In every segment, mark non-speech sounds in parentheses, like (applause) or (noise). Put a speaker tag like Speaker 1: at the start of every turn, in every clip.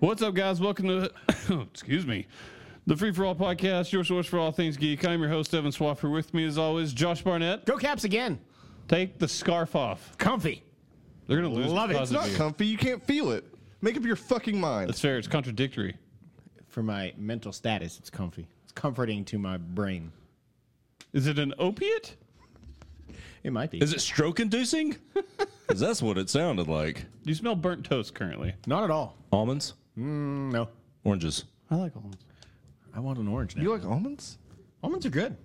Speaker 1: What's up, guys? Welcome to, (coughs) excuse me, the Free For All podcast, your source for all things geek. I'm your host, Evan Swaffer. With me, as always, Josh Barnett.
Speaker 2: Go Caps again.
Speaker 1: Take the scarf off.
Speaker 2: Comfy.
Speaker 1: They're going to lose
Speaker 2: Love it.
Speaker 1: because
Speaker 2: It's
Speaker 1: of
Speaker 3: Not
Speaker 1: you.
Speaker 3: comfy. You can't feel it. Make up your fucking mind.
Speaker 1: That's fair. It's contradictory.
Speaker 2: For my mental status, it's comfy. It's comforting to my brain.
Speaker 1: Is it an opiate?
Speaker 2: It might be.
Speaker 4: Is it stroke inducing? (laughs) 'Cause that's what it sounded like.
Speaker 1: Do you smell burnt toast currently?
Speaker 2: Not at all. Mm,
Speaker 4: Almonds,
Speaker 2: No.
Speaker 4: oranges.
Speaker 1: I like almonds.
Speaker 2: I want an orange now.
Speaker 3: You like almonds?
Speaker 2: almonds are good.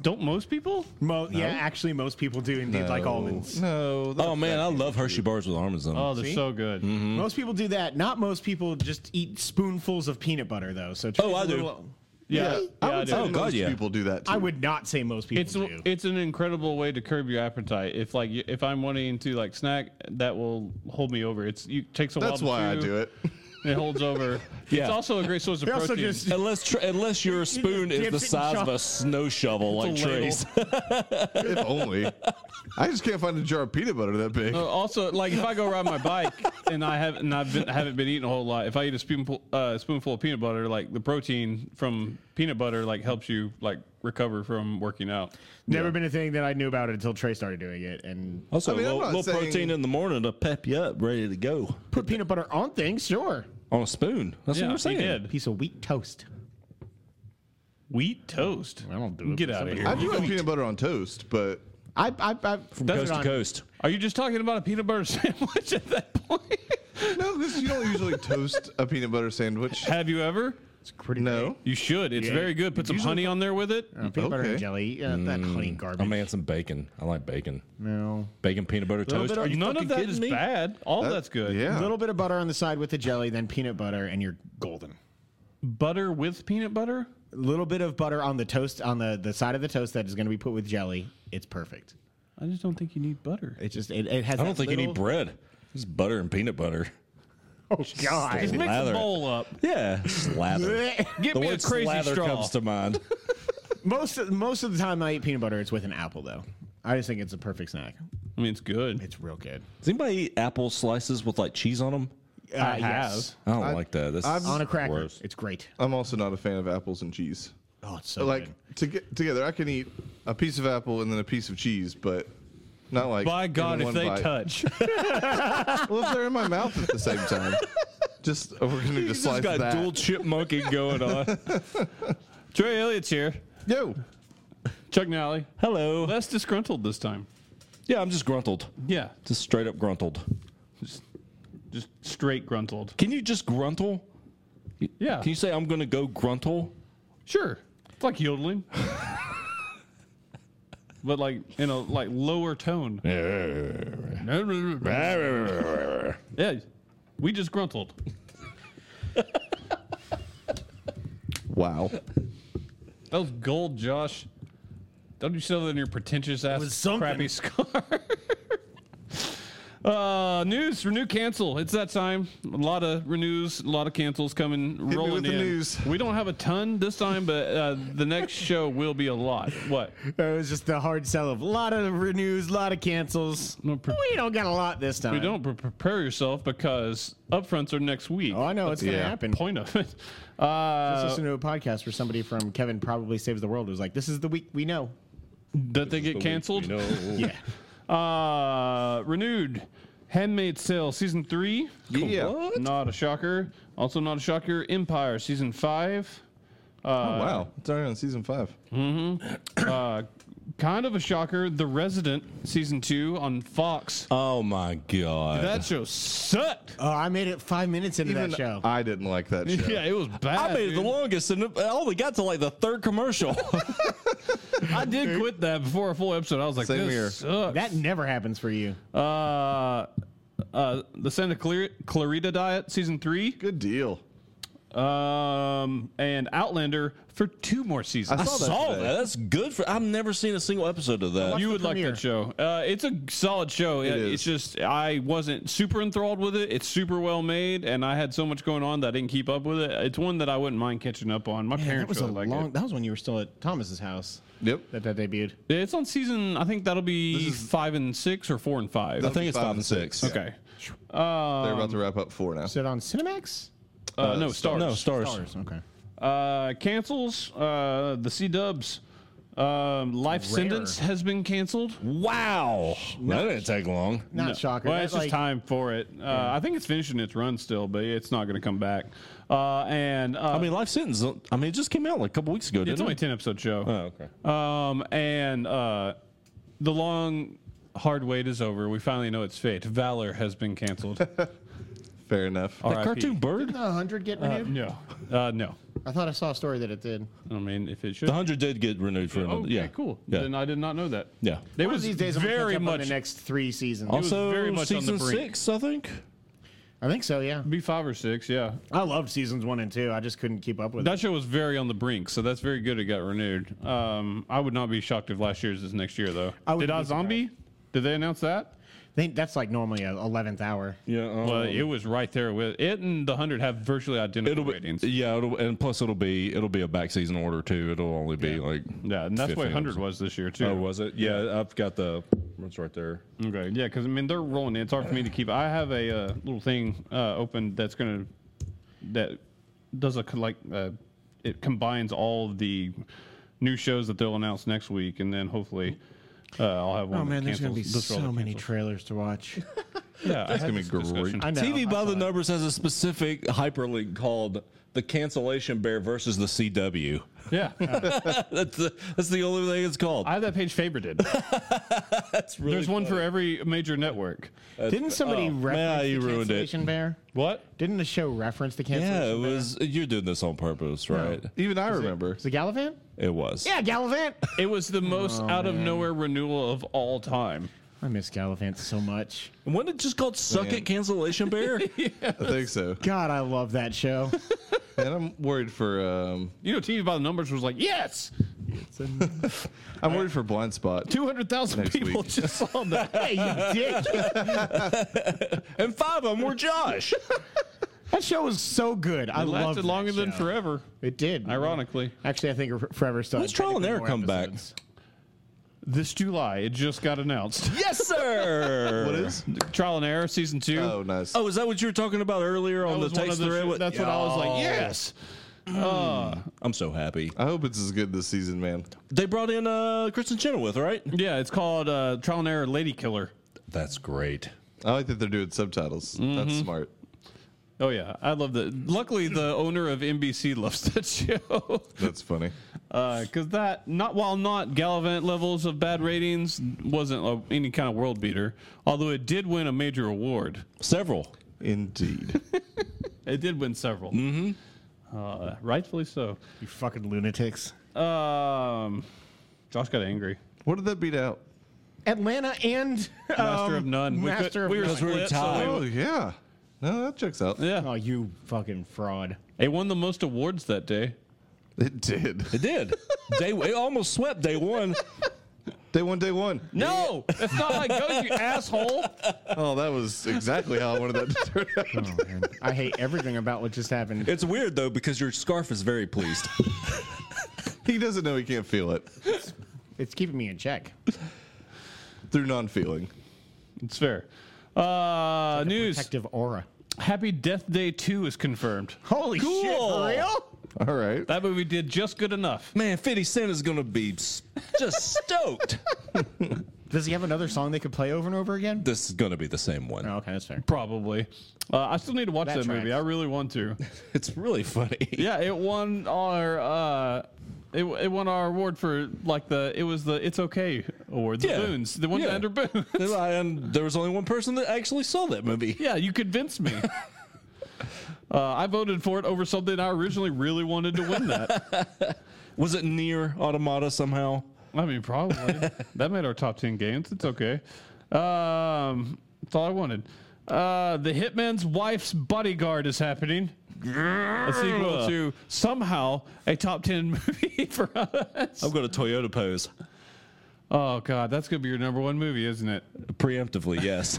Speaker 1: Don't most people?
Speaker 2: Mo- Yeah, actually, most people do indeed like almonds.
Speaker 3: No. that's
Speaker 4: Oh man, I love Hershey bars with almonds on.
Speaker 1: Oh,
Speaker 4: them.
Speaker 1: they're so good.
Speaker 3: Mm-hmm.
Speaker 2: Most people do that. Not most people just eat spoonfuls of peanut butter, though. So
Speaker 4: Oh, I do.
Speaker 1: Yeah, yeah, I,
Speaker 3: I would
Speaker 1: do.
Speaker 3: say
Speaker 4: Oh,
Speaker 3: most
Speaker 4: God, yeah.
Speaker 3: people do that too.
Speaker 2: I would not say most people
Speaker 1: It's
Speaker 2: do.
Speaker 1: it's an incredible way to curb your appetite. If like you- if I'm wanting to like snack, that will hold me over. It's you takes a while.
Speaker 3: That's
Speaker 1: to
Speaker 3: why I
Speaker 1: chew,
Speaker 3: do it.
Speaker 1: and It holds
Speaker 3: (laughs)
Speaker 1: over. It's also a great source of
Speaker 2: They also
Speaker 1: protein.
Speaker 2: just-
Speaker 4: Unless tr- unless your spoon
Speaker 2: dips
Speaker 4: is the
Speaker 2: it in
Speaker 4: size of
Speaker 2: shovel.
Speaker 4: a snow shovel, like
Speaker 1: It's a ladle.
Speaker 3: (laughs)
Speaker 4: Trace.
Speaker 3: if only. I just can't find a jar of peanut butter that big.
Speaker 1: Uh, also, like if I go ride my bike and I have and I've been, haven't been eating a whole lot, if I eat a spoonful uh, spoonful of peanut butter, like the protein from peanut butter, like helps you like recover from working out.
Speaker 2: Never been a thing that I knew about it until Trey started doing it. And
Speaker 4: Also,
Speaker 3: I mean,
Speaker 4: a
Speaker 3: I'm
Speaker 4: little,
Speaker 3: not
Speaker 4: little
Speaker 3: saying-
Speaker 4: protein in the morning to pep you up, ready to go
Speaker 2: put peanut butter on things, sure.
Speaker 4: on a spoon. That's
Speaker 1: yeah,
Speaker 4: what I'm saying.
Speaker 1: he did.
Speaker 2: Piece of wheat toast.
Speaker 1: Wheat toast.
Speaker 2: I don't do it,
Speaker 1: Get
Speaker 2: but
Speaker 1: out of
Speaker 2: somebody-
Speaker 1: here.
Speaker 3: I do like peanut butter on toast, but
Speaker 2: I, I, I, from
Speaker 4: Coast to coast.
Speaker 1: Are you just talking about a peanut butter (laughs) sandwich at that point?
Speaker 3: no, because you don't (laughs) usually toast a peanut butter sandwich.
Speaker 1: have you ever?
Speaker 2: It's pretty
Speaker 3: No.
Speaker 1: You should. It's very good. Put some honey on there with it.
Speaker 2: Peanut butter and
Speaker 3: Okay.
Speaker 2: jelly. Uh, That honey garbage.
Speaker 4: I'm adding Oh, some bacon. I like bacon.
Speaker 2: no.
Speaker 4: Bacon peanut butter
Speaker 2: Little
Speaker 4: toast.
Speaker 2: bit of-
Speaker 4: Are you
Speaker 1: None of
Speaker 4: fucking
Speaker 1: that
Speaker 4: kidding
Speaker 1: is
Speaker 4: me?
Speaker 1: bad. All that's good.
Speaker 3: Yeah.
Speaker 2: A little bit of butter on the side with the jelly, then peanut butter, and you're golden.
Speaker 1: Butter with peanut butter.
Speaker 2: A little bit of butter on the toast on the, the side of the toast that is going to be put with jelly. It's perfect.
Speaker 1: I just don't think you need butter.
Speaker 2: It just it, it has.
Speaker 4: I don't think you need
Speaker 2: bread.
Speaker 4: bread. Just butter and peanut butter.
Speaker 2: Oh
Speaker 1: Just
Speaker 2: God!
Speaker 1: mix
Speaker 4: Lather
Speaker 1: a
Speaker 4: it.
Speaker 1: bowl up.
Speaker 4: Yeah,
Speaker 2: (laughs)
Speaker 4: slather.
Speaker 1: Get
Speaker 4: the
Speaker 1: me a
Speaker 4: word
Speaker 1: crazy
Speaker 4: slather
Speaker 1: straw.
Speaker 4: comes to mind.
Speaker 2: most of, most of the time I eat peanut butter, it's with an apple though. I just think it's a perfect snack.
Speaker 1: I mean, it's good.
Speaker 2: It's real good.
Speaker 4: (laughs) Does anybody eat apple slices with like cheese on them?
Speaker 2: Uh,
Speaker 1: I
Speaker 2: yes.
Speaker 4: I don't like that. That's
Speaker 3: I've-
Speaker 2: On a cracker,
Speaker 4: Gross.
Speaker 2: it's great.
Speaker 3: I'm also not a fan of apples and cheese.
Speaker 2: Oh, it's so
Speaker 3: like
Speaker 2: good.
Speaker 3: to get together, I can eat a piece of apple and then a piece of cheese, but not like
Speaker 1: By
Speaker 3: in
Speaker 1: God, if
Speaker 3: one
Speaker 1: they
Speaker 3: bite.
Speaker 1: touch,
Speaker 3: Well, if they're in my mouth at the same
Speaker 1: (laughs)
Speaker 3: time, just oh, we're gonna just slice that.
Speaker 4: chip monkey going on.
Speaker 1: Trey Elliott's here.
Speaker 3: Yo,
Speaker 1: Chuck Nally,
Speaker 4: Hello.
Speaker 1: less disgruntled this time.
Speaker 4: (laughs) Yeah, I'm just gruntled.
Speaker 1: Yeah,
Speaker 4: Just straight up gruntled.
Speaker 1: just straight gruntled.
Speaker 4: Can you just gruntle?
Speaker 1: Yeah,
Speaker 4: Can you say I'm gonna go gruntle?
Speaker 1: sure. It's like yodeling, (laughs) but like in a like lower tone. yeah, we just gruntled.
Speaker 3: wow.
Speaker 1: That was gold, Josh. Don't you sell that in your pretentious ass
Speaker 2: was something.
Speaker 1: crappy (laughs) scar. uh, news, renew cancel. It's that time. A lot of renews, a lot of cancels coming
Speaker 3: me
Speaker 1: rolling
Speaker 3: with the
Speaker 1: in.
Speaker 3: news.
Speaker 1: We don't have a ton this time, but uh, the next show will be a lot.
Speaker 2: (laughs)
Speaker 1: What?
Speaker 2: It was just the hard sell of a lot of renews, a lot of cancels.
Speaker 1: No, pre-
Speaker 2: we don't got a lot this time.
Speaker 1: You don't pre- prepare yourself because upfronts are next week.
Speaker 2: Oh, I know it's gonna
Speaker 3: Yeah.
Speaker 2: happen.
Speaker 1: Point of
Speaker 2: (laughs)
Speaker 1: it. Uh,
Speaker 2: was listening to a podcast where somebody from Kevin probably saves the world. It was like, "This is the week we know."
Speaker 1: that they get canceled.
Speaker 4: yeah.
Speaker 1: Uh, renewed. Handmaid's Tale season three.
Speaker 3: Yeah.
Speaker 4: What?
Speaker 1: Not a shocker. Also not a shocker. Empire season five.
Speaker 3: Oh, wow. It's already on season five.
Speaker 1: Kind of a shocker. The Resident season two on Fox.
Speaker 4: (laughs) Oh my god.
Speaker 1: that show sucked.
Speaker 2: (laughs) Oh, I made it five minutes into that show.
Speaker 3: I didn't like that show.
Speaker 1: (laughs) Yeah, it was bad.
Speaker 4: I made it the
Speaker 1: dude.
Speaker 4: longest, and I only got to like the third commercial. (laughs)
Speaker 1: I (laughs) did quit that before a full episode. I was like,
Speaker 3: Same
Speaker 1: this
Speaker 3: here.
Speaker 1: sucks.
Speaker 2: that never happens for you.
Speaker 1: uh, uh, the Santa Clar- Clarita Diet season three.
Speaker 3: Good deal.
Speaker 1: Um, and Outlander for two more seasons.
Speaker 3: I
Speaker 4: I
Speaker 3: saw that
Speaker 4: saw
Speaker 3: today.
Speaker 4: that. That's good for. I've never seen a single episode of that.
Speaker 1: you
Speaker 2: the
Speaker 1: would like
Speaker 2: premiere.
Speaker 1: that show. Uh, it's a solid show. It-
Speaker 3: is.
Speaker 1: It's just I wasn't super enthralled with it. It's super well made, and I had so much going on that I didn't keep up with it. It's one that I wouldn't mind catching up on. My
Speaker 2: Man, that
Speaker 1: parents
Speaker 2: was a
Speaker 1: really like
Speaker 2: long. That was when you were still at Thomas's house.
Speaker 3: Yep.
Speaker 2: That that debuted.
Speaker 1: it. It's on season. I think that'll be
Speaker 3: This is-
Speaker 1: five and six or four and five.
Speaker 4: I think it's five and six.
Speaker 1: okay.
Speaker 2: um,
Speaker 3: They're about to wrap up four now.
Speaker 2: Was it on Cinemax?
Speaker 1: Uh, no, stars.
Speaker 4: No, stars.
Speaker 2: Okay.
Speaker 1: Uh, cancels. Uh, the C Dubs. Um, life sentence has been canceled.
Speaker 4: Wow. that didn't take long.
Speaker 2: Not shocker.
Speaker 1: Well,
Speaker 2: That,
Speaker 1: it's just
Speaker 2: like-
Speaker 1: time for it. Uh, I think it's finishing its run still, but it's not going to come back. Uh, and uh,
Speaker 4: I mean, Life Sentence, I mean, it just came out like a couple weeks ago, didn't
Speaker 1: it's only
Speaker 4: it?
Speaker 1: ten episode show.
Speaker 4: oh, okay.
Speaker 1: Um, and uh, the long, hard wait is over. We finally know its fate. Valor has been
Speaker 4: (laughs)
Speaker 1: canceled.
Speaker 3: Fair enough.
Speaker 1: All
Speaker 4: That
Speaker 1: RIP.
Speaker 4: cartoon bird?
Speaker 2: Didn't the 100 get renewed?
Speaker 1: no, uh, no.
Speaker 2: I thought I saw a story that it did.
Speaker 1: I mean, if it should.
Speaker 4: The 100 did get renewed for another.
Speaker 1: okay,
Speaker 4: yeah.
Speaker 1: cool.
Speaker 4: Yeah.
Speaker 1: Then I did not know that.
Speaker 4: yeah.
Speaker 1: They
Speaker 2: One
Speaker 1: was
Speaker 2: of these days, I'm gonna catch
Speaker 1: very
Speaker 2: up on
Speaker 1: much.
Speaker 2: the next three seasons.
Speaker 4: Also,
Speaker 1: very much on the
Speaker 4: season
Speaker 1: brink.
Speaker 4: six, I think.
Speaker 2: I think so. Yeah,
Speaker 1: be five or six, yeah.
Speaker 2: I loved seasons one and two. I just couldn't keep up with it.
Speaker 1: That show was very on the brink, so that's very good. It got renewed. Um, I would not be shocked if last year's is next year, though.
Speaker 2: I wouldn't
Speaker 1: Did I
Speaker 2: be surprised.
Speaker 1: Zombie? Did they announce that?
Speaker 2: I think that's like normally an eleventh hour.
Speaker 4: Yeah. Um,
Speaker 1: Well, it was right there with it, and the hundred have virtually identical
Speaker 4: it'll be.
Speaker 1: ratings.
Speaker 4: Yeah. It'll, and plus, it'll be it'll be a back season order too. It'll only be like.
Speaker 1: yeah, and that's what
Speaker 4: 15
Speaker 1: hundred was this year too.
Speaker 4: Oh, was it? Yeah, I've got the. It's right there.
Speaker 1: Okay, yeah, because I mean they're rolling. in. It's hard for me to keep. I have a uh, little thing uh, open that's gonna that does a co- like uh, it combines all of the new shows that they'll announce next week, and then hopefully uh, I'll have one.
Speaker 2: Oh
Speaker 1: that
Speaker 2: man, there's gonna be
Speaker 1: cancels- this for all
Speaker 2: so
Speaker 1: that
Speaker 2: many
Speaker 1: cancels.
Speaker 2: trailers to watch.
Speaker 1: yeah, that's
Speaker 3: gonna be great.
Speaker 2: (laughs) I know.
Speaker 4: TV
Speaker 2: I
Speaker 4: by
Speaker 2: saw
Speaker 4: the
Speaker 2: it.
Speaker 4: Numbers has a specific hyperlink called the Cancellation Bear versus the CW.
Speaker 1: Yeah,
Speaker 4: (laughs) that's the that's the only thing it's called.
Speaker 1: I have that page favorited.
Speaker 4: that's really
Speaker 1: There's one for every major network.
Speaker 2: Didn't somebody
Speaker 4: oh,
Speaker 2: reference
Speaker 4: man, you
Speaker 2: the
Speaker 4: ruined it.
Speaker 2: cancellation bear?
Speaker 1: What?
Speaker 2: Didn't the show reference the
Speaker 4: yeah, it
Speaker 2: cancellation?
Speaker 4: was. You're doing this on purpose, right?
Speaker 3: Even I remember.
Speaker 2: Is it Gallivant?
Speaker 4: It was.
Speaker 2: Yeah, Gallivant. (laughs)
Speaker 1: It was the most
Speaker 2: Oh,
Speaker 1: out of nowhere renewal of all time.
Speaker 2: I miss Gallivant so much.
Speaker 4: Wasn't it just called Suck
Speaker 3: Man.
Speaker 4: It Cancellation (laughs) Bear?
Speaker 3: I think
Speaker 2: (laughs)
Speaker 3: so.
Speaker 2: God, I love that
Speaker 4: (laughs)
Speaker 2: show.
Speaker 3: And I'm worried for um,
Speaker 1: You know, TV by the numbers was like, yes,
Speaker 3: I'm worried for Blind Spot.
Speaker 1: two hundred thousand
Speaker 3: Next
Speaker 1: people
Speaker 3: week.
Speaker 1: (laughs) just saw that.
Speaker 2: hey, you dick.
Speaker 4: (laughs) and five of them were Josh.
Speaker 2: That show was so good. I
Speaker 1: It
Speaker 2: loved
Speaker 1: lasted
Speaker 2: that
Speaker 1: longer than
Speaker 2: show.
Speaker 1: forever.
Speaker 2: It did.
Speaker 1: Ironically,
Speaker 2: Actually, I think Forever Stuck.
Speaker 4: When's Trial and Error come back?
Speaker 1: this July it just got announced.
Speaker 4: (laughs) yes, sir.
Speaker 3: What is?
Speaker 1: (laughs) Trial and Error season two.
Speaker 3: Oh, nice.
Speaker 4: Oh, is that what you were talking about earlier
Speaker 1: That
Speaker 4: on the
Speaker 1: was one
Speaker 4: text
Speaker 1: of the
Speaker 4: thread?
Speaker 1: sh-
Speaker 4: with-
Speaker 1: that's what I was
Speaker 4: Y'all.
Speaker 1: like. Yes,
Speaker 4: I'm so happy.
Speaker 3: I hope it's as good this season, man.
Speaker 4: They brought in uh, Kristen Chenoweth, right?
Speaker 1: yeah. It's called uh, Trial and Error Lady Killer.
Speaker 4: That's great.
Speaker 3: I like that they're doing subtitles.
Speaker 1: Mm-hmm.
Speaker 3: That's smart.
Speaker 1: Oh yeah, I love that. Luckily, (laughs) the owner of NBC loves that show. (laughs)
Speaker 3: That's funny.
Speaker 1: because that not while not Gallivant levels of bad ratings wasn't a, any kind of world beater, although it did win a major award.
Speaker 4: Several.
Speaker 3: Indeed.
Speaker 1: It did win several, mm-hmm. uh, rightfully so.
Speaker 2: You fucking lunatics.
Speaker 1: Um, Josh got angry.
Speaker 3: (laughs) what did that beat out?
Speaker 2: Atlanta and (laughs) um,
Speaker 1: Master of None. We
Speaker 2: Master
Speaker 1: could-
Speaker 2: of
Speaker 1: we were
Speaker 2: None.
Speaker 4: we were
Speaker 1: split, so
Speaker 4: tied.
Speaker 1: we-
Speaker 3: Oh, yeah. No, that checks out.
Speaker 1: yeah,
Speaker 2: Oh, you fucking fraud.
Speaker 1: it won the most awards that day.
Speaker 3: It did.
Speaker 4: It did. day it almost swept day one.
Speaker 3: Day one, day one.
Speaker 1: No, that's not how it goes, you asshole.
Speaker 3: Oh, that was exactly how I wanted that
Speaker 1: (laughs)
Speaker 3: to turn out.
Speaker 2: Oh, man. I hate everything about what just
Speaker 4: (laughs)
Speaker 2: happened.
Speaker 4: It's weird though because your scarf is very pleased.
Speaker 3: He doesn't know he can't feel it
Speaker 2: It's keeping me in check.
Speaker 3: through non feeling.
Speaker 1: It's fair. Uh, news:
Speaker 2: Protective aura.
Speaker 1: Happy Death Day Two is confirmed.
Speaker 2: Holy shit,
Speaker 4: Cool.
Speaker 2: for real?
Speaker 3: All right.
Speaker 1: That movie did just good enough.
Speaker 4: Man, Fifty Cent is gonna be s- just stoked.
Speaker 2: Does he have another song they could play over and over again?
Speaker 4: This is gonna be the same one.
Speaker 2: Oh, okay, that's fair.
Speaker 1: Probably. Uh, I still need to watch
Speaker 2: That
Speaker 1: that, movie. I
Speaker 2: tracks.
Speaker 1: really want
Speaker 2: (laughs)
Speaker 1: to.
Speaker 4: It's really funny.
Speaker 1: Yeah, it won our uh, it, it won our award for like the it was the it's okay award the
Speaker 4: Yeah.
Speaker 1: Boons the one
Speaker 4: Yeah.
Speaker 1: under Boone.
Speaker 4: And there was only one person that actually saw that movie.
Speaker 1: yeah, you convinced me. Uh, I voted for it over something I originally really wanted to win. That
Speaker 4: Was it near Automata somehow?
Speaker 1: I mean, probably that made our top ten games. It's okay. Um, that's all I wanted. Uh, the Hitman's Wife's Bodyguard is happening. A sequel to somehow a top ten (laughs) movie for us.
Speaker 4: I've got a Toyota pose.
Speaker 1: Oh God, that's gonna be your number one movie, isn't it?
Speaker 4: Preemptively, yes.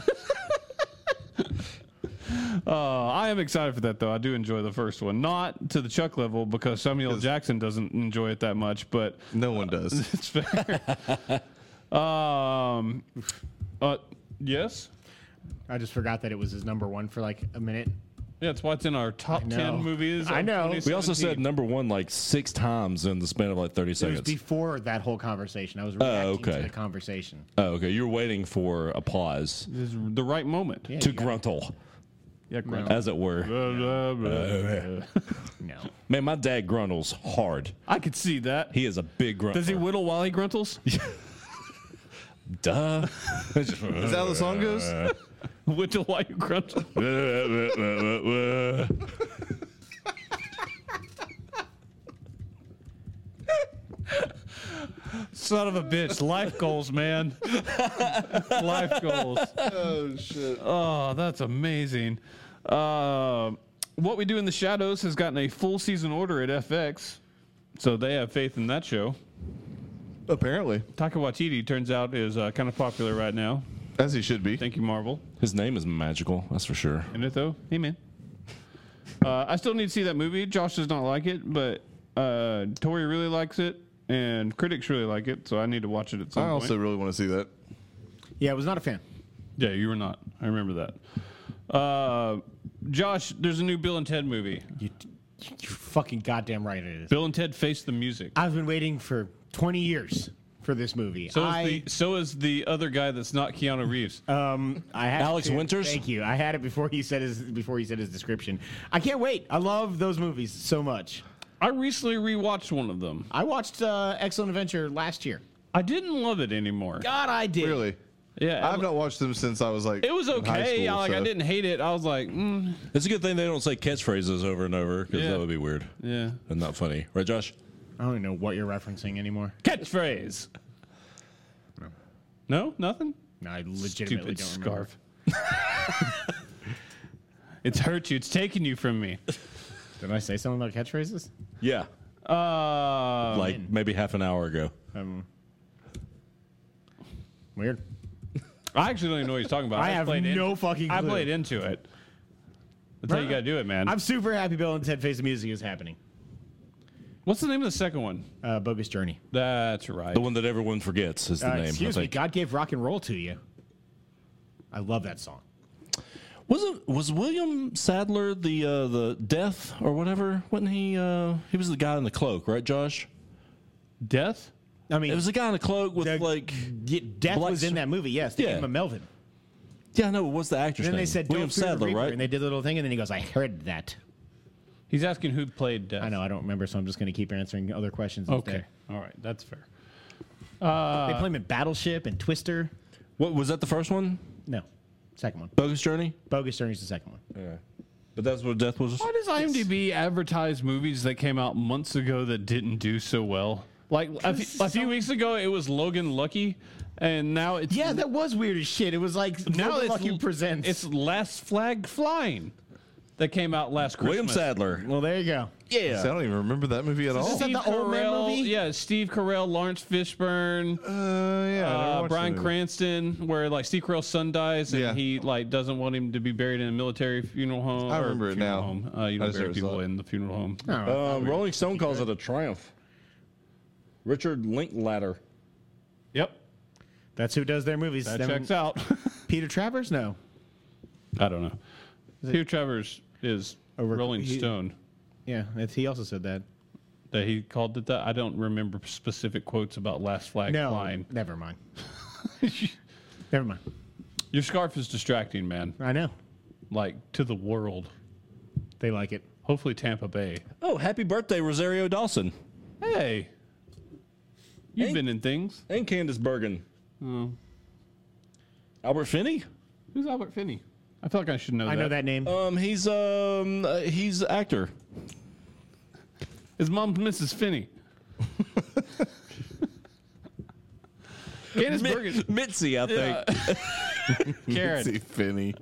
Speaker 1: Uh, I am excited for that though. I do enjoy the first one, not to the Chuck level because Samuel L. Jackson doesn't enjoy it that much, but
Speaker 3: No one does.
Speaker 1: it's fair. (laughs) um, uh, yes.
Speaker 2: I just forgot that it was his number one for like a minute.
Speaker 1: Yeah, it's why it's in our top
Speaker 2: know.
Speaker 1: ten movies.
Speaker 2: I
Speaker 1: of
Speaker 2: know.
Speaker 4: We also said
Speaker 1: 2017.
Speaker 4: number one like six times in the span of like 30
Speaker 2: It was
Speaker 4: seconds.
Speaker 2: before that whole conversation. I was reacting
Speaker 4: okay.
Speaker 2: to the conversation.
Speaker 4: oh, okay. You're waiting for a pause
Speaker 1: This is the right moment.
Speaker 2: Yeah,
Speaker 4: to
Speaker 2: you got-
Speaker 4: gruntle,
Speaker 1: Yeah, Grant.
Speaker 4: as it were.
Speaker 1: Blah, blah, blah.
Speaker 2: No.
Speaker 4: Man, my dad gruntles hard.
Speaker 1: I could see that.
Speaker 4: He is a big grunt.
Speaker 1: Does he whittle while he (laughs) gruntles?
Speaker 4: Duh.
Speaker 3: Is that how the song
Speaker 1: (laughs)
Speaker 3: goes?
Speaker 1: whittle while you gruntle? (laughs) Son of a bitch. Life goals, (laughs) man. Life goals.
Speaker 3: oh shit!
Speaker 1: Oh, that's amazing. Uh, what We Do in the Shadows has gotten a full season order at FX, so they have faith in that show.
Speaker 3: Apparently,
Speaker 1: Taka Waititi, turns out, is uh, kind of popular right now.
Speaker 3: as he should be.
Speaker 1: Thank you, Marvel.
Speaker 4: His name is magical, that's for sure.
Speaker 1: In it, though, hey, man. (laughs) Uh, I still need to see that movie. Josh does not like it, but uh, Tori really likes it, and critics really like it, so I need to watch it at some
Speaker 3: I
Speaker 1: point.
Speaker 3: also really want to see that.
Speaker 2: Yeah, I was not a fan.
Speaker 1: Yeah, you were not. I remember that. Uh, Josh, there's a new Bill and Ted movie.
Speaker 2: You, you fucking goddamn right it is.
Speaker 1: Bill and Ted Face the Music.
Speaker 2: I've been waiting for 20 years for this movie.
Speaker 1: So is,
Speaker 2: I,
Speaker 1: the, so is the other guy that's not Keanu Reeves.
Speaker 3: Uh,
Speaker 2: Um, I had
Speaker 4: Alex
Speaker 2: it too.
Speaker 4: Winters?
Speaker 2: Thank you. I had it before he said his before he said his description. I can't wait. I love those movies so much.
Speaker 1: I recently rewatched one of them.
Speaker 2: I watched uh, Excellent Adventure last year.
Speaker 1: I didn't love it anymore.
Speaker 2: God, I did.
Speaker 3: Really,
Speaker 1: Yeah,
Speaker 3: I've not watched them since I was like.
Speaker 1: it was
Speaker 3: in high
Speaker 1: okay.
Speaker 3: school,
Speaker 1: I, like I
Speaker 3: so-
Speaker 1: didn't hate it. I was like, mm,
Speaker 4: It's a good thing they don't say catchphrases over and over because
Speaker 1: Yeah.
Speaker 4: that would be weird
Speaker 1: yeah,
Speaker 4: and not funny. Right, Josh?
Speaker 2: I don't even know what you're referencing anymore.
Speaker 1: catchphrase. No, nothing.
Speaker 2: No, I legitimately
Speaker 1: Stupid
Speaker 2: don't remember.
Speaker 1: scarf. (laughs) it's hurt you. It's taken you from me.
Speaker 2: Did I say something about catchphrases?
Speaker 4: Yeah.
Speaker 1: Uh,
Speaker 4: Like maybe half an hour ago.
Speaker 2: Um, weird.
Speaker 1: I actually don't even know what he's talking about.
Speaker 2: I
Speaker 1: just
Speaker 2: have
Speaker 1: played in-
Speaker 2: no fucking
Speaker 1: I
Speaker 2: clue.
Speaker 1: played into it. That's how you gotta do it, man.
Speaker 2: I'm super happy Bill and Ted Face the Music is happening.
Speaker 1: What's the name of the second one?
Speaker 2: Uh, Bogus Journey.
Speaker 1: That's right.
Speaker 4: The one that everyone forgets is the
Speaker 2: Uh,
Speaker 4: name. I
Speaker 2: excuse me.
Speaker 4: think.
Speaker 2: God gave rock and roll to you. I love that song.
Speaker 4: Wasn't was William Sadler the uh, the death or whatever? Wasn't he? Uh, he was the guy in the cloak, right, Josh?
Speaker 1: Death.
Speaker 2: I mean,
Speaker 4: It was the guy in the cloak with
Speaker 2: The-
Speaker 4: like.
Speaker 2: Yeah, death
Speaker 4: Black
Speaker 2: was in
Speaker 4: Swan-
Speaker 2: that movie. Yes, they
Speaker 4: Yeah.
Speaker 2: gave him a Melvin.
Speaker 4: Yeah, no, what's the actor's
Speaker 2: Then
Speaker 4: name?
Speaker 2: they said
Speaker 4: William
Speaker 2: "Don't fear the
Speaker 4: Sadler,
Speaker 2: Reaper,"
Speaker 4: right?
Speaker 2: And they did the little thing, and then he goes, "I heard that."
Speaker 1: He's asking who played Death.
Speaker 2: I know I don't remember, so I'm just going to keep answering other questions.
Speaker 1: Okay. Uh,
Speaker 2: instead.
Speaker 1: All right. That's fair.
Speaker 2: they play him in Battleship and Twister.
Speaker 4: what was that? The first one,
Speaker 2: No, second one.
Speaker 4: Bogus Journey.
Speaker 2: Bogus Journey's the second one.
Speaker 4: But that's what death was.
Speaker 1: Why does IMDb advertise movies that came out months ago that didn't do so well? Like a, few- a few weeks ago, it was Logan Lucky, and now it's
Speaker 2: Yeah, that was weird as shit. It was like
Speaker 1: now it's
Speaker 2: Lucky presents.
Speaker 1: It's Last Flag Flying that came out last Christmas.
Speaker 4: William Sadler.
Speaker 2: well, there you go.
Speaker 3: See, I don't even remember that movie at all.
Speaker 2: that the old man movie?
Speaker 1: Yeah, Steve Carell, Lawrence Fishburne,
Speaker 3: Uh, yeah, I never
Speaker 1: uh,
Speaker 3: watched
Speaker 1: Brian
Speaker 3: that movie.
Speaker 1: Cranston, where like Steve Carell's son dies and
Speaker 3: Yeah.
Speaker 1: he like doesn't want him to be buried in a military funeral home.
Speaker 3: I
Speaker 1: or
Speaker 3: remember it
Speaker 1: funeral
Speaker 3: now.
Speaker 1: Home. Uh, you
Speaker 3: I
Speaker 1: don't
Speaker 3: just
Speaker 1: bury
Speaker 3: always
Speaker 1: people
Speaker 3: thought-
Speaker 1: in the funeral home.
Speaker 2: Oh,
Speaker 4: Rolling Stone calls it a triumph. Richard Linklater.
Speaker 1: Yep,
Speaker 2: that's who does their movies.
Speaker 1: that
Speaker 2: Them-
Speaker 1: checks out.
Speaker 2: Peter Travers? No.
Speaker 1: I don't know. Hugh Travers is
Speaker 2: Over-
Speaker 1: Rolling
Speaker 2: he-
Speaker 1: Stone.
Speaker 2: Yeah, that's, he also said that.
Speaker 1: That he called it that. I don't remember specific quotes about Last Flag
Speaker 2: No,
Speaker 1: Flying.
Speaker 2: never (laughs) mind. never mind.
Speaker 1: Your scarf is distracting, man.
Speaker 2: I know
Speaker 1: Like to the world.
Speaker 2: they like it.
Speaker 1: Hopefully Tampa Bay.
Speaker 4: Oh, happy birthday, Rosario Dawson
Speaker 1: Hey, you've
Speaker 4: Hey.
Speaker 1: been in things.
Speaker 4: and Candace Bergen. Hmm. Albert Finney.
Speaker 1: Who's Albert Finney? I feel like I should know.
Speaker 2: I know that Oh, name.
Speaker 4: Um, he's um, uh, he's actor.
Speaker 1: His mom's Mrs. Finney. Candace Bergen
Speaker 4: (laughs) Mitzi, I think.
Speaker 3: (laughs)
Speaker 1: Karen
Speaker 3: See, Finney.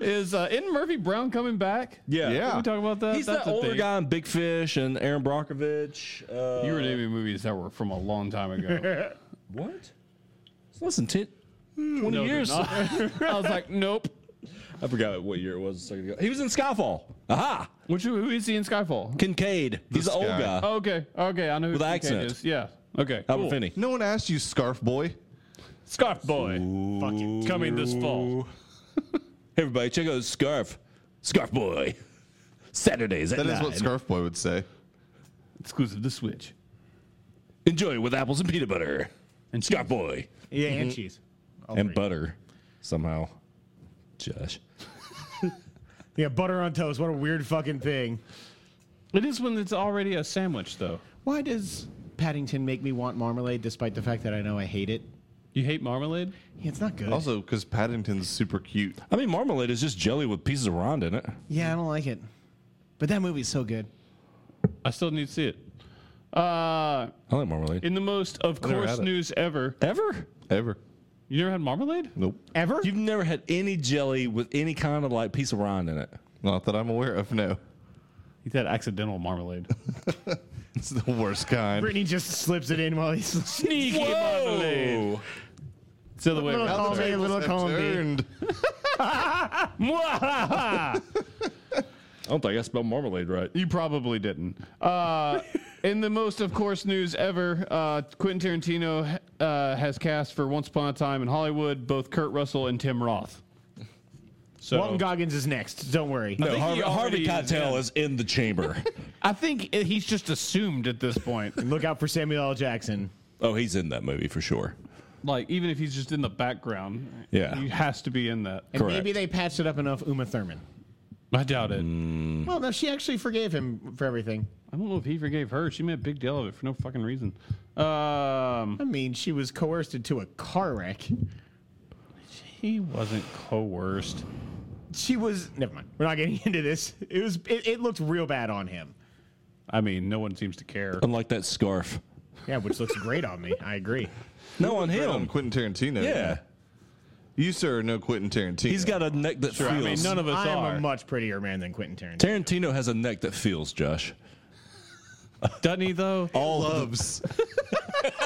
Speaker 1: is uh, isn't Murphy Brown coming back?
Speaker 4: Yeah.
Speaker 3: Yeah.
Speaker 1: Can we talk about that?
Speaker 4: He's that
Speaker 1: a
Speaker 4: older
Speaker 1: thing.
Speaker 4: guy in Big Fish and Aaron Brockovich. Uh,
Speaker 1: You were naming movies that were from a long time ago. (laughs)
Speaker 4: what? Listen, ten, 20
Speaker 1: No, they're
Speaker 4: years.
Speaker 1: not.
Speaker 4: I
Speaker 1: (laughs) I was like, nope.
Speaker 4: forgot what year it was a second ago. He was in Skyfall. Aha!
Speaker 1: Which who is he in Skyfall?
Speaker 4: Kincaid. He's the old
Speaker 3: Sky.
Speaker 4: guy.
Speaker 1: Oh, okay, okay, I know who
Speaker 4: With
Speaker 1: Kincaid
Speaker 4: accent.
Speaker 1: is. Yeah. Okay.
Speaker 4: Albert
Speaker 1: cool.
Speaker 4: Finney.
Speaker 3: No one asked you, Scarf Boy.
Speaker 1: Scarf Boy
Speaker 2: Fuck you.
Speaker 1: coming this fall.
Speaker 4: Hey, everybody, check out his scarf. Scarf Boy. (laughs) Saturdays at
Speaker 3: That is
Speaker 4: nine.
Speaker 3: what Scarf Boy would say.
Speaker 1: Exclusive to Switch.
Speaker 4: Enjoy with apples and peanut butter. And Scarf Boy.
Speaker 2: Yeah, and cheese. All
Speaker 4: and
Speaker 2: three.
Speaker 4: butter somehow. Josh.
Speaker 2: Yeah, butter on toast. What a weird fucking thing.
Speaker 1: It is when it's already a sandwich, though.
Speaker 2: Why does Paddington make me want marmalade despite the fact that I know I hate it?
Speaker 1: You hate marmalade?
Speaker 2: Yeah, it's not good.
Speaker 3: Also, because Paddington's super cute.
Speaker 4: I mean, marmalade is just jelly with pieces of rind in it.
Speaker 2: yeah, I don't like it. But that movie's so good.
Speaker 1: I still need to see it. Uh,
Speaker 4: I like marmalade.
Speaker 1: in the most of
Speaker 3: never
Speaker 1: course
Speaker 3: had it.
Speaker 1: news ever.
Speaker 4: Ever?
Speaker 3: Ever.
Speaker 1: You never had marmalade?
Speaker 3: Nope.
Speaker 2: Ever?
Speaker 4: You've never had any jelly with any kind of like piece of rind in it.
Speaker 3: Not that I'm aware of, no. (laughs)
Speaker 1: He's had accidental marmalade.
Speaker 3: It's the worst kind.
Speaker 2: Brittany just slips it in while (laughs) he's
Speaker 1: Sneaky marmalade. It's the other way around.
Speaker 2: Column A, little column B.
Speaker 1: Mwahaha!
Speaker 4: I don't think I spelled marmalade right.
Speaker 1: you probably didn't. Uh, in the most, of course, news ever, uh, Quentin Tarantino uh, has cast for Once Upon a Time in Hollywood both Kurt Russell and Tim Roth. So
Speaker 2: Walton Goggins is next. Don't worry.
Speaker 1: I
Speaker 4: No,
Speaker 1: think
Speaker 4: Harvey,
Speaker 1: he already
Speaker 4: Harvey
Speaker 1: is,
Speaker 4: Keitel
Speaker 1: yeah.
Speaker 4: is in
Speaker 1: (laughs)
Speaker 4: the chamber.
Speaker 1: I think it- he's just assumed at this point. (laughs)
Speaker 2: Look out for Samuel L. Jackson.
Speaker 4: oh, he's in that movie for sure.
Speaker 1: like even if he's just in the background,
Speaker 4: Yeah.
Speaker 1: he has to be in that.
Speaker 2: And
Speaker 4: Correct.
Speaker 2: maybe they patched it up enough Uma Thurman.
Speaker 1: I doubt it.
Speaker 2: Well, no, she actually forgave him for everything.
Speaker 1: I don't know if he forgave her. She made a big deal of it for no fucking reason. Um,
Speaker 2: I mean, she was coerced into a car wreck.
Speaker 1: he wasn't coerced.
Speaker 2: She was. Never mind. We're not getting (laughs) into this. It was. It, it looked real bad on him.
Speaker 1: I mean, no one seems to care.
Speaker 4: Unlike that scarf.
Speaker 2: Yeah, which looks great on me.
Speaker 1: (laughs)
Speaker 2: I agree.
Speaker 4: No, on him.
Speaker 3: Quentin Tarantino.
Speaker 4: Yeah.
Speaker 3: You, sir, know Quentin Tarantino.
Speaker 4: He's got a neck that
Speaker 1: I
Speaker 4: feels.
Speaker 1: mean, none of us
Speaker 2: I am
Speaker 1: are.
Speaker 2: a much prettier man than Quentin Tarantino.
Speaker 4: Tarantino has a neck that feels, Josh.
Speaker 1: Doesn't he though?
Speaker 2: Oh.
Speaker 3: all loves. (laughs)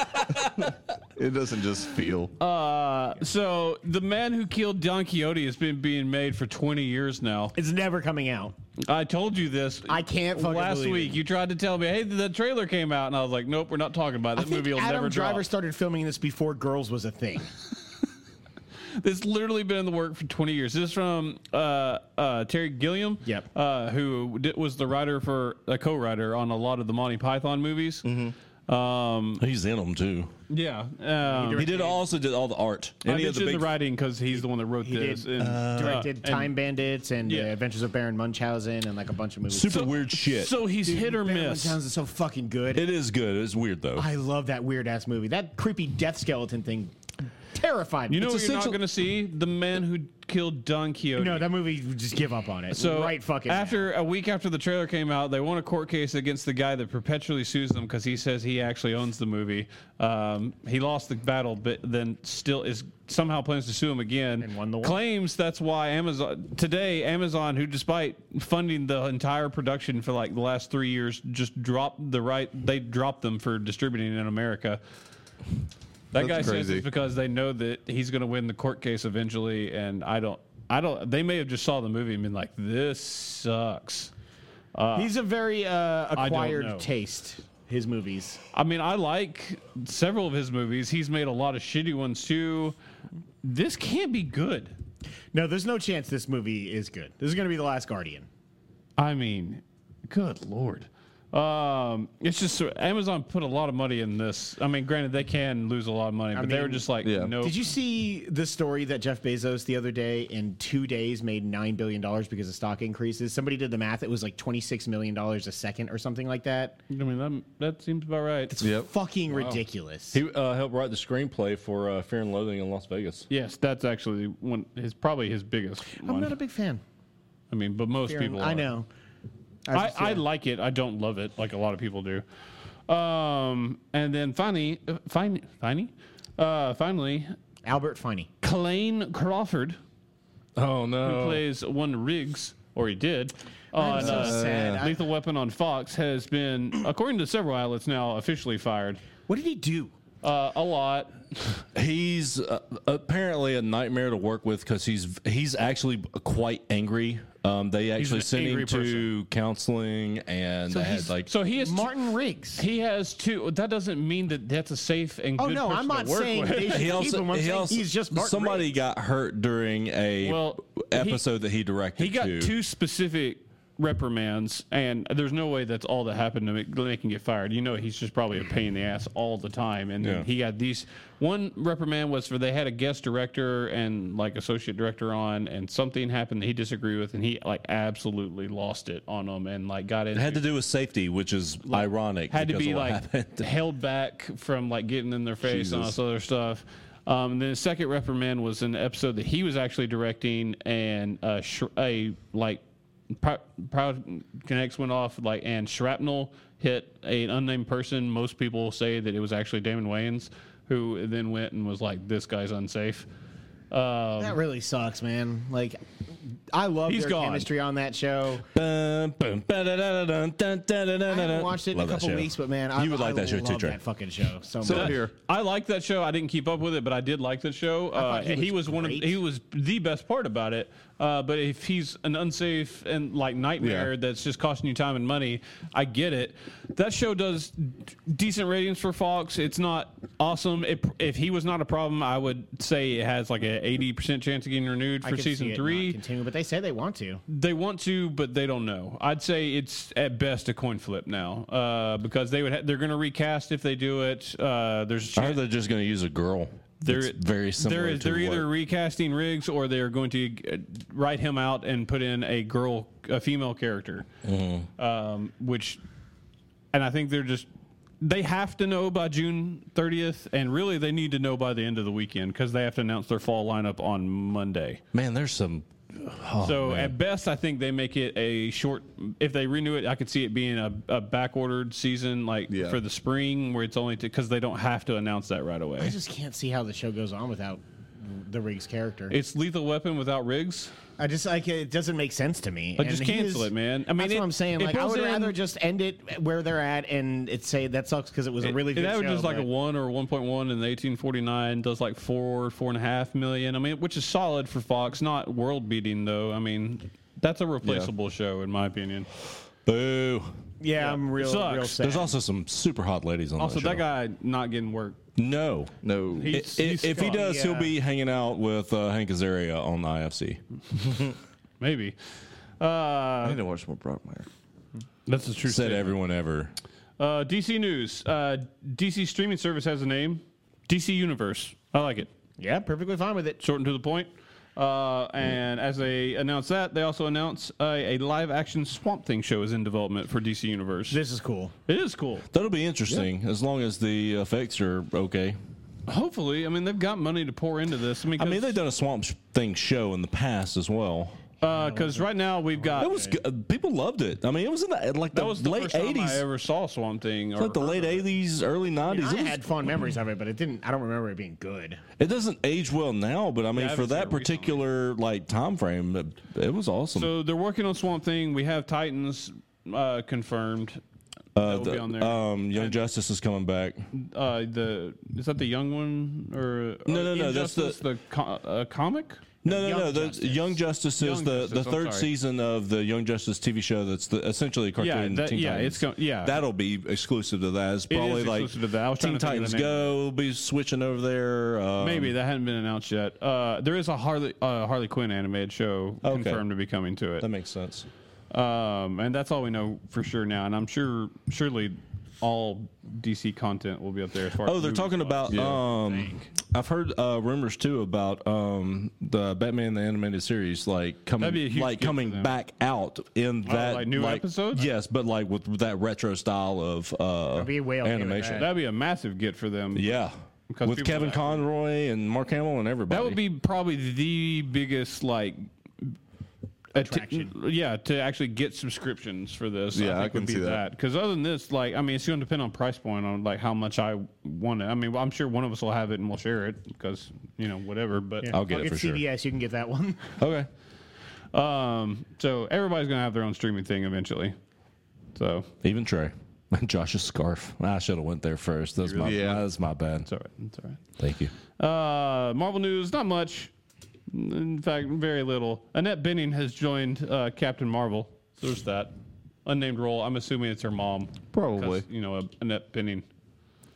Speaker 3: it doesn't just feel.
Speaker 1: Uh, so the man who killed Don Quixote has been being made for 20 years now.
Speaker 2: It's never coming out.
Speaker 1: I told you this.
Speaker 2: I can't fucking
Speaker 1: Last
Speaker 2: believe
Speaker 1: week
Speaker 2: it.
Speaker 1: you tried to tell me, hey, the trailer came out, and I was like, nope, we're not talking about it.
Speaker 2: I
Speaker 1: that
Speaker 2: think
Speaker 1: movie. Will
Speaker 2: Adam
Speaker 1: never
Speaker 2: Driver
Speaker 1: drop.
Speaker 2: started filming this before Girls was
Speaker 1: (laughs)
Speaker 2: a thing.
Speaker 1: It's literally been in the work for 20 years. This is from uh, uh, Terry Gilliam,
Speaker 2: Yep.
Speaker 1: uh, who di was the writer for a co-writer on a lot of the Monty Python movies.
Speaker 2: Mm-hmm.
Speaker 1: Um,
Speaker 4: He's in them too.
Speaker 1: yeah, um,
Speaker 4: He did also did all the art.
Speaker 1: I
Speaker 4: Any of the
Speaker 1: mentioned the,
Speaker 4: big
Speaker 1: writing because he's the one that wrote
Speaker 2: did,
Speaker 1: this. and, uh,
Speaker 2: Directed
Speaker 1: and-
Speaker 2: Time Bandits and
Speaker 1: Yeah.
Speaker 2: uh, Adventures of Baron Munchausen and like a bunch of movies.
Speaker 4: super weird shit.
Speaker 1: So he's
Speaker 2: Dude,
Speaker 1: hit or
Speaker 2: Baron
Speaker 1: miss.
Speaker 2: Munchausen is so fucking good.
Speaker 4: it is good. It's weird though.
Speaker 2: I love that weird ass movie. That creepy death skeleton thing terrified me.
Speaker 1: You know what you're not
Speaker 4: essential-
Speaker 1: going to see? The man who killed Don Quixote.
Speaker 2: no, that movie just give up on it.
Speaker 1: So
Speaker 2: right fucking now.
Speaker 1: after a week after the trailer came out, they won a court case against the guy that perpetually sues them because he says he actually owns the movie. Um, he lost the battle, but then still is somehow plans to sue him again.
Speaker 2: And won the war.
Speaker 1: claims that's why Amazon today Amazon, who despite funding the entire production for like the last three years, just dropped the right. They dropped them for distributing in America.
Speaker 3: That's
Speaker 1: That guy says
Speaker 3: crazy.
Speaker 1: it's because they know that he's going to win the court case eventually, and I don't, I don't. They may have just saw the movie and been like, "This sucks."
Speaker 2: he's a very uh,
Speaker 1: don't know.
Speaker 2: acquired taste. His movies.
Speaker 1: I mean, I like several of his movies. He's made a lot of shitty ones too. This can't be good.
Speaker 2: No, there's no chance this movie is good. This is going to be the last Guardian.
Speaker 1: I mean, good lord. Um, it's just Amazon put a lot of money in this. I mean, granted, they can lose a lot of money, but they were
Speaker 2: mean,
Speaker 1: just like,
Speaker 3: Yeah.
Speaker 1: no.
Speaker 2: Did you see the story that Jeff Bezos the other day in two days made nine billion dollars because of stock increases? Somebody did the math; it was like twenty six million dollars a second or something like that.
Speaker 1: I mean, that, that seems about right.
Speaker 2: It's
Speaker 3: Yep.
Speaker 2: fucking ridiculous.
Speaker 4: He uh, helped write the screenplay for uh, Fear and Loathing in Las Vegas.
Speaker 1: Yes, that's actually one. His probably his biggest.
Speaker 2: I'm
Speaker 1: one.
Speaker 2: not a big fan.
Speaker 1: I mean, but most people.
Speaker 2: I
Speaker 1: are.
Speaker 2: know.
Speaker 1: I,
Speaker 2: just-
Speaker 1: I like it. I don't love it like a lot of people do. Um, and then finally, uh, fin- finally, uh, finally,
Speaker 2: Albert Finney.
Speaker 1: Clayne Crawford,
Speaker 4: Oh
Speaker 1: who
Speaker 4: no!
Speaker 1: plays one Riggs, or he did, on
Speaker 2: so
Speaker 1: uh,
Speaker 2: sad. I-
Speaker 1: Lethal Weapon on Fox, has been, according to several outlets now, officially fired.
Speaker 2: What did he do?
Speaker 1: Uh, a lot.
Speaker 4: He's uh, apparently a nightmare to work with because he's he's actually quite angry. Um, they actually
Speaker 1: an
Speaker 4: sent him
Speaker 1: angry
Speaker 4: to counseling, and they had
Speaker 2: he's-
Speaker 4: like
Speaker 1: So he has
Speaker 2: Martin Riggs.
Speaker 1: He has two. That doesn't mean that that's a safe and
Speaker 2: Oh
Speaker 1: good
Speaker 2: no,
Speaker 1: person
Speaker 2: I'm not
Speaker 1: to work
Speaker 2: saying
Speaker 1: with. (laughs)
Speaker 2: they should
Speaker 4: he
Speaker 2: keep
Speaker 4: also,
Speaker 2: him. I'm
Speaker 4: he
Speaker 2: saying
Speaker 4: also-
Speaker 2: he's just Martin
Speaker 4: somebody
Speaker 2: Riggs.
Speaker 4: got hurt during a
Speaker 1: Well, he-
Speaker 4: episode that he directed.
Speaker 1: He got
Speaker 4: to.
Speaker 1: two specific reprimands, and there's no way that's all that happened to make, make him get fired. You know, he's just probably a pain in the ass all the time. And then
Speaker 4: Yeah.
Speaker 1: he got these. One reprimand was for they had a guest director and like associate director on, and something happened that he disagreed with, and he like absolutely lost it on them and like got in.
Speaker 4: It had to do with safety, which is ironic.
Speaker 1: had to
Speaker 4: because
Speaker 1: be
Speaker 4: of what
Speaker 1: like
Speaker 4: happened. (laughs)
Speaker 1: held back from like getting in their face and all this other stuff. Um, and then the second reprimand was an episode that he was actually directing, and uh, sh- a like Pro- Proud Connects went off like and shrapnel hit an unnamed person. Most people say that it was actually Damon Wayans, who then went and was like, "This guy's unsafe." Um,
Speaker 2: That really sucks, man. Like, I love
Speaker 1: He's
Speaker 2: their
Speaker 1: gone.
Speaker 2: chemistry on that show.
Speaker 4: Bum, bum, ba-da-da-da-dun,
Speaker 2: I
Speaker 4: dun-da-da-da-da.
Speaker 2: haven't watched it in
Speaker 4: Love
Speaker 2: a
Speaker 4: that
Speaker 2: couple
Speaker 4: show.
Speaker 2: weeks, but man, I,
Speaker 4: You would like
Speaker 2: I
Speaker 4: that show too,
Speaker 2: love
Speaker 4: Trey.
Speaker 2: That fucking show so,
Speaker 3: So
Speaker 2: much.
Speaker 3: here,
Speaker 1: I liked that show. I didn't keep up with it, but I did like that show. Uh,
Speaker 2: thought he
Speaker 1: he, was
Speaker 2: was
Speaker 1: one of
Speaker 2: great.
Speaker 1: he was the best part about it. Uh, but if he's an unsafe and like nightmare
Speaker 3: Yeah.
Speaker 1: that's just costing you time and money, I get it. That show does d- decent ratings for Fox. It's not awesome. If if he was not a problem, I would say it has like an eighty percent chance of getting renewed
Speaker 2: I
Speaker 1: for
Speaker 2: could see
Speaker 1: season
Speaker 2: it
Speaker 1: three.
Speaker 2: not Continuing, but they say they want to.
Speaker 1: They want to, but they don't know. I'd say it's at best a coin flip now uh, because they would ha- they're going to recast if they do it. Uh, there's a
Speaker 4: I
Speaker 1: chance
Speaker 4: heard they're just going to use a girl. They're very similar.
Speaker 1: They're,
Speaker 4: to
Speaker 1: they're
Speaker 4: what-
Speaker 1: either recasting Riggs or they're going to uh, write him out and put in a girl, a female character,
Speaker 4: Mm-hmm.
Speaker 1: um, which, and I think they're just they have to know by June 30th, and really they need to know by the end of the weekend because they have to announce their fall lineup on Monday.
Speaker 4: man. There's some. oh,
Speaker 1: so
Speaker 4: man.
Speaker 1: at best, I think they make it a short. If they renew it, I could see it being a, a back ordered season like
Speaker 3: Yeah.
Speaker 1: for the spring where it's only because they don't have to announce that right
Speaker 2: I
Speaker 1: away.
Speaker 2: just can't see how the show goes on without the Riggs character.
Speaker 1: It's Lethal Weapon without Riggs.
Speaker 2: I just like it doesn't make sense to me.
Speaker 1: But just
Speaker 2: And he
Speaker 1: cancel
Speaker 2: is-
Speaker 1: it, man. I mean,
Speaker 2: that's
Speaker 1: it-
Speaker 2: what I'm saying.
Speaker 1: it
Speaker 2: Like, I
Speaker 1: pulls
Speaker 2: would
Speaker 1: in-
Speaker 2: rather just end it where they're at and it say that sucks because it was a really
Speaker 1: It
Speaker 2: good show.
Speaker 1: averages like a
Speaker 2: but-
Speaker 1: one or one point one, and the eighteen forty nine does like four, four and a half million. I mean, which is solid for Fox. Not world beating though. I mean, that's a replaceable show in my opinion.
Speaker 4: boo.
Speaker 2: yeah, I'm real,
Speaker 1: Sucks.
Speaker 2: real
Speaker 4: There's
Speaker 2: sad.
Speaker 4: also some super hot ladies on.
Speaker 1: Also,
Speaker 4: that,
Speaker 1: that
Speaker 4: show.
Speaker 1: guy not getting work.
Speaker 4: No.
Speaker 3: no.
Speaker 1: He-
Speaker 4: I-
Speaker 1: He's-
Speaker 4: i-
Speaker 1: he's
Speaker 4: if he
Speaker 1: Scott.
Speaker 4: does, he'll
Speaker 2: Yeah.
Speaker 4: be hanging out with uh, Hank Azaria on IFC.
Speaker 1: Maybe.
Speaker 3: I
Speaker 1: Uh,
Speaker 3: need to watch more Brockmire.
Speaker 1: that's the true.
Speaker 4: Said
Speaker 1: statement.
Speaker 4: everyone ever.
Speaker 1: Uh, DC news. Uh, DC streaming service has a name. DC Universe. I like it.
Speaker 2: yeah, perfectly fine with it.
Speaker 1: short and to the point. Uh, and as they announce that, they also announce a, a live action Swamp Thing show is in development for DC Universe.
Speaker 2: This is cool.
Speaker 1: It is cool.
Speaker 4: That'll be interesting as long as the effects are okay.
Speaker 1: Hopefully, I mean they've got money to pour into this. I mean,
Speaker 4: I mean, they've done a Swamp Sh- Thing show in the past as well.
Speaker 1: because uh, right now we've got
Speaker 4: It was good. people loved it. I mean, it was in the like the
Speaker 1: that was the
Speaker 4: late
Speaker 1: first time I
Speaker 4: '80s,
Speaker 1: ever saw Swamp Thing. Or,
Speaker 4: like the late '80s, early '90s.
Speaker 2: I
Speaker 4: It was-
Speaker 2: had fond memories of it, but it didn't. I don't remember it being good.
Speaker 4: It doesn't age well now, but I
Speaker 1: Yeah,
Speaker 4: mean,
Speaker 1: I
Speaker 4: for
Speaker 1: haven't seen
Speaker 4: that
Speaker 1: it recently.
Speaker 4: particular like time frame, it, it was awesome.
Speaker 1: so they're working on Swamp Thing. We have Titans uh, confirmed. that will be on there.
Speaker 4: um, Young Justice is coming back.
Speaker 1: uh, the is that the young one or
Speaker 4: No, no, no, that's the-
Speaker 1: Injustice, the co- uh, comic.
Speaker 4: No, no,
Speaker 2: Young
Speaker 4: no. The,
Speaker 2: Justice.
Speaker 4: Young Justice is
Speaker 1: Young
Speaker 4: the,
Speaker 1: Justice,
Speaker 4: the
Speaker 1: I'm
Speaker 4: third
Speaker 1: sorry.
Speaker 4: season of the Young Justice TV show. That's the, essentially a cartoon.
Speaker 1: Yeah, that-
Speaker 4: Teen
Speaker 1: yeah,
Speaker 4: Titans.
Speaker 1: it's go- yeah.
Speaker 4: That'll be exclusive to that. It's probably like
Speaker 1: exclusive to that. I was trying
Speaker 4: Teen
Speaker 1: to think of the name
Speaker 4: Titans
Speaker 1: of
Speaker 4: Go will be switching over there. Um,
Speaker 1: Maybe that hadn't been announced yet. Uh, there is a Harley uh, Harley Quinn animated show
Speaker 4: Okay.
Speaker 1: confirmed to be coming to
Speaker 4: that
Speaker 1: it,
Speaker 4: makes sense.
Speaker 1: um, and that's all we know for sure now. And I'm sure, surely, all DC content will be up there. As far
Speaker 4: Oh,
Speaker 1: as
Speaker 4: they're
Speaker 1: movies
Speaker 4: talking
Speaker 1: go.
Speaker 4: about. um, I've heard uh, rumors too about um, the Batman the animated series, like coming,
Speaker 1: That'd be a huge
Speaker 4: like
Speaker 1: get for
Speaker 4: coming
Speaker 1: them.
Speaker 4: back out in that
Speaker 1: Oh, like new episodes?
Speaker 4: Yes, but like with that retro style of uh,
Speaker 2: be way okay with
Speaker 4: animation.
Speaker 1: that'd be a massive get for them.
Speaker 4: Yeah,
Speaker 1: Because
Speaker 4: with
Speaker 1: people
Speaker 4: Kevin
Speaker 1: like-
Speaker 4: Conroy and Mark Hamill and everybody.
Speaker 1: that would be probably the biggest like. att-
Speaker 2: Attraction.
Speaker 1: yeah, to actually get subscriptions for this,
Speaker 3: Yeah, I
Speaker 1: I think
Speaker 3: can
Speaker 1: would be
Speaker 3: see that.
Speaker 1: Because other than this, like, I mean, it's going to depend on price point on like how much I want it. I mean, I'm sure one of us will have it and we'll share it because you know whatever. But
Speaker 4: I'll get
Speaker 2: Fuck,
Speaker 4: it
Speaker 2: it's
Speaker 4: for sure.
Speaker 2: CBS, you can get that one. (laughs)
Speaker 4: Oh, okay.
Speaker 1: Um, so everybody's gonna have their own streaming thing eventually. So
Speaker 4: Even Trey. (laughs)
Speaker 5: Josh's scarf. I should have went there first. That's my
Speaker 3: Yeah.
Speaker 5: that's my bad.
Speaker 1: It's all right. It's all right.
Speaker 5: Thank you.
Speaker 1: Uh, Marvel news, not much. In fact, very little. Annette Benning has joined uh, Captain Marvel. So there's that. Unnamed role. I'm assuming it's her mom. 'Cause,
Speaker 3: Probably.
Speaker 1: You know, Annette Benning.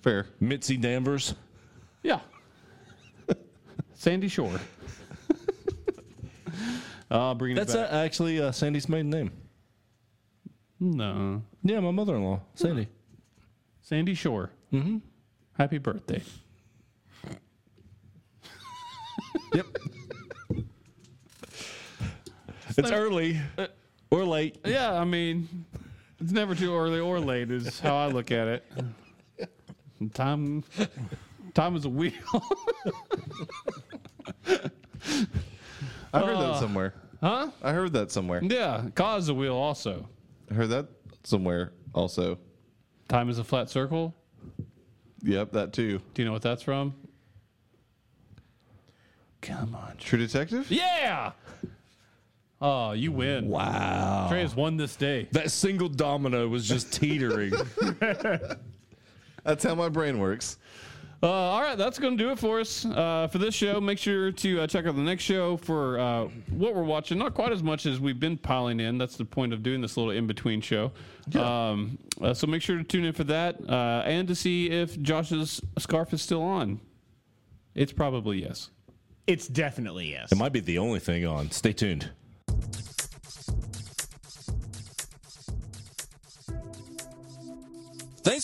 Speaker 3: Fair.
Speaker 5: Mitzi Danvers.
Speaker 1: Yeah. (laughs) Sandy Shore. uh, bringing
Speaker 5: That's
Speaker 1: it back.
Speaker 5: uh, actually uh, Sandy's maiden name.
Speaker 1: No.
Speaker 5: Yeah, my mother-in-law, Sandy.
Speaker 1: Sandy Shore. Mm-hmm. Happy birthday.
Speaker 5: Yep. it's early or late.
Speaker 1: Yeah, I mean, it's never too early or late is how I look at it. Time, time is a wheel. (laughs)
Speaker 3: I heard that somewhere.
Speaker 1: huh?
Speaker 3: I heard that somewhere.
Speaker 1: Yeah, cause a wheel also.
Speaker 3: I heard that somewhere also.
Speaker 1: Time is a flat circle.
Speaker 3: Yep, that too.
Speaker 1: Do you know what that's from? Come on.
Speaker 3: True Detective?
Speaker 1: Yeah. Oh, you win.
Speaker 5: Wow.
Speaker 1: Trey has won this day.
Speaker 5: That single domino was just teetering.
Speaker 3: That's how my brain works.
Speaker 1: Uh, all right, that's going to do it for us uh, for this show. Make sure to uh, check out the next show for uh, what we're watching. Not quite as much as we've been piling in. That's the point of doing this little in between show. Um, uh, so make sure to tune in for that uh, and to see if Josh's scarf is still on. It's probably yes.
Speaker 2: It's definitely yes.
Speaker 5: it (laughs) might be the only thing on. Stay tuned. Thanks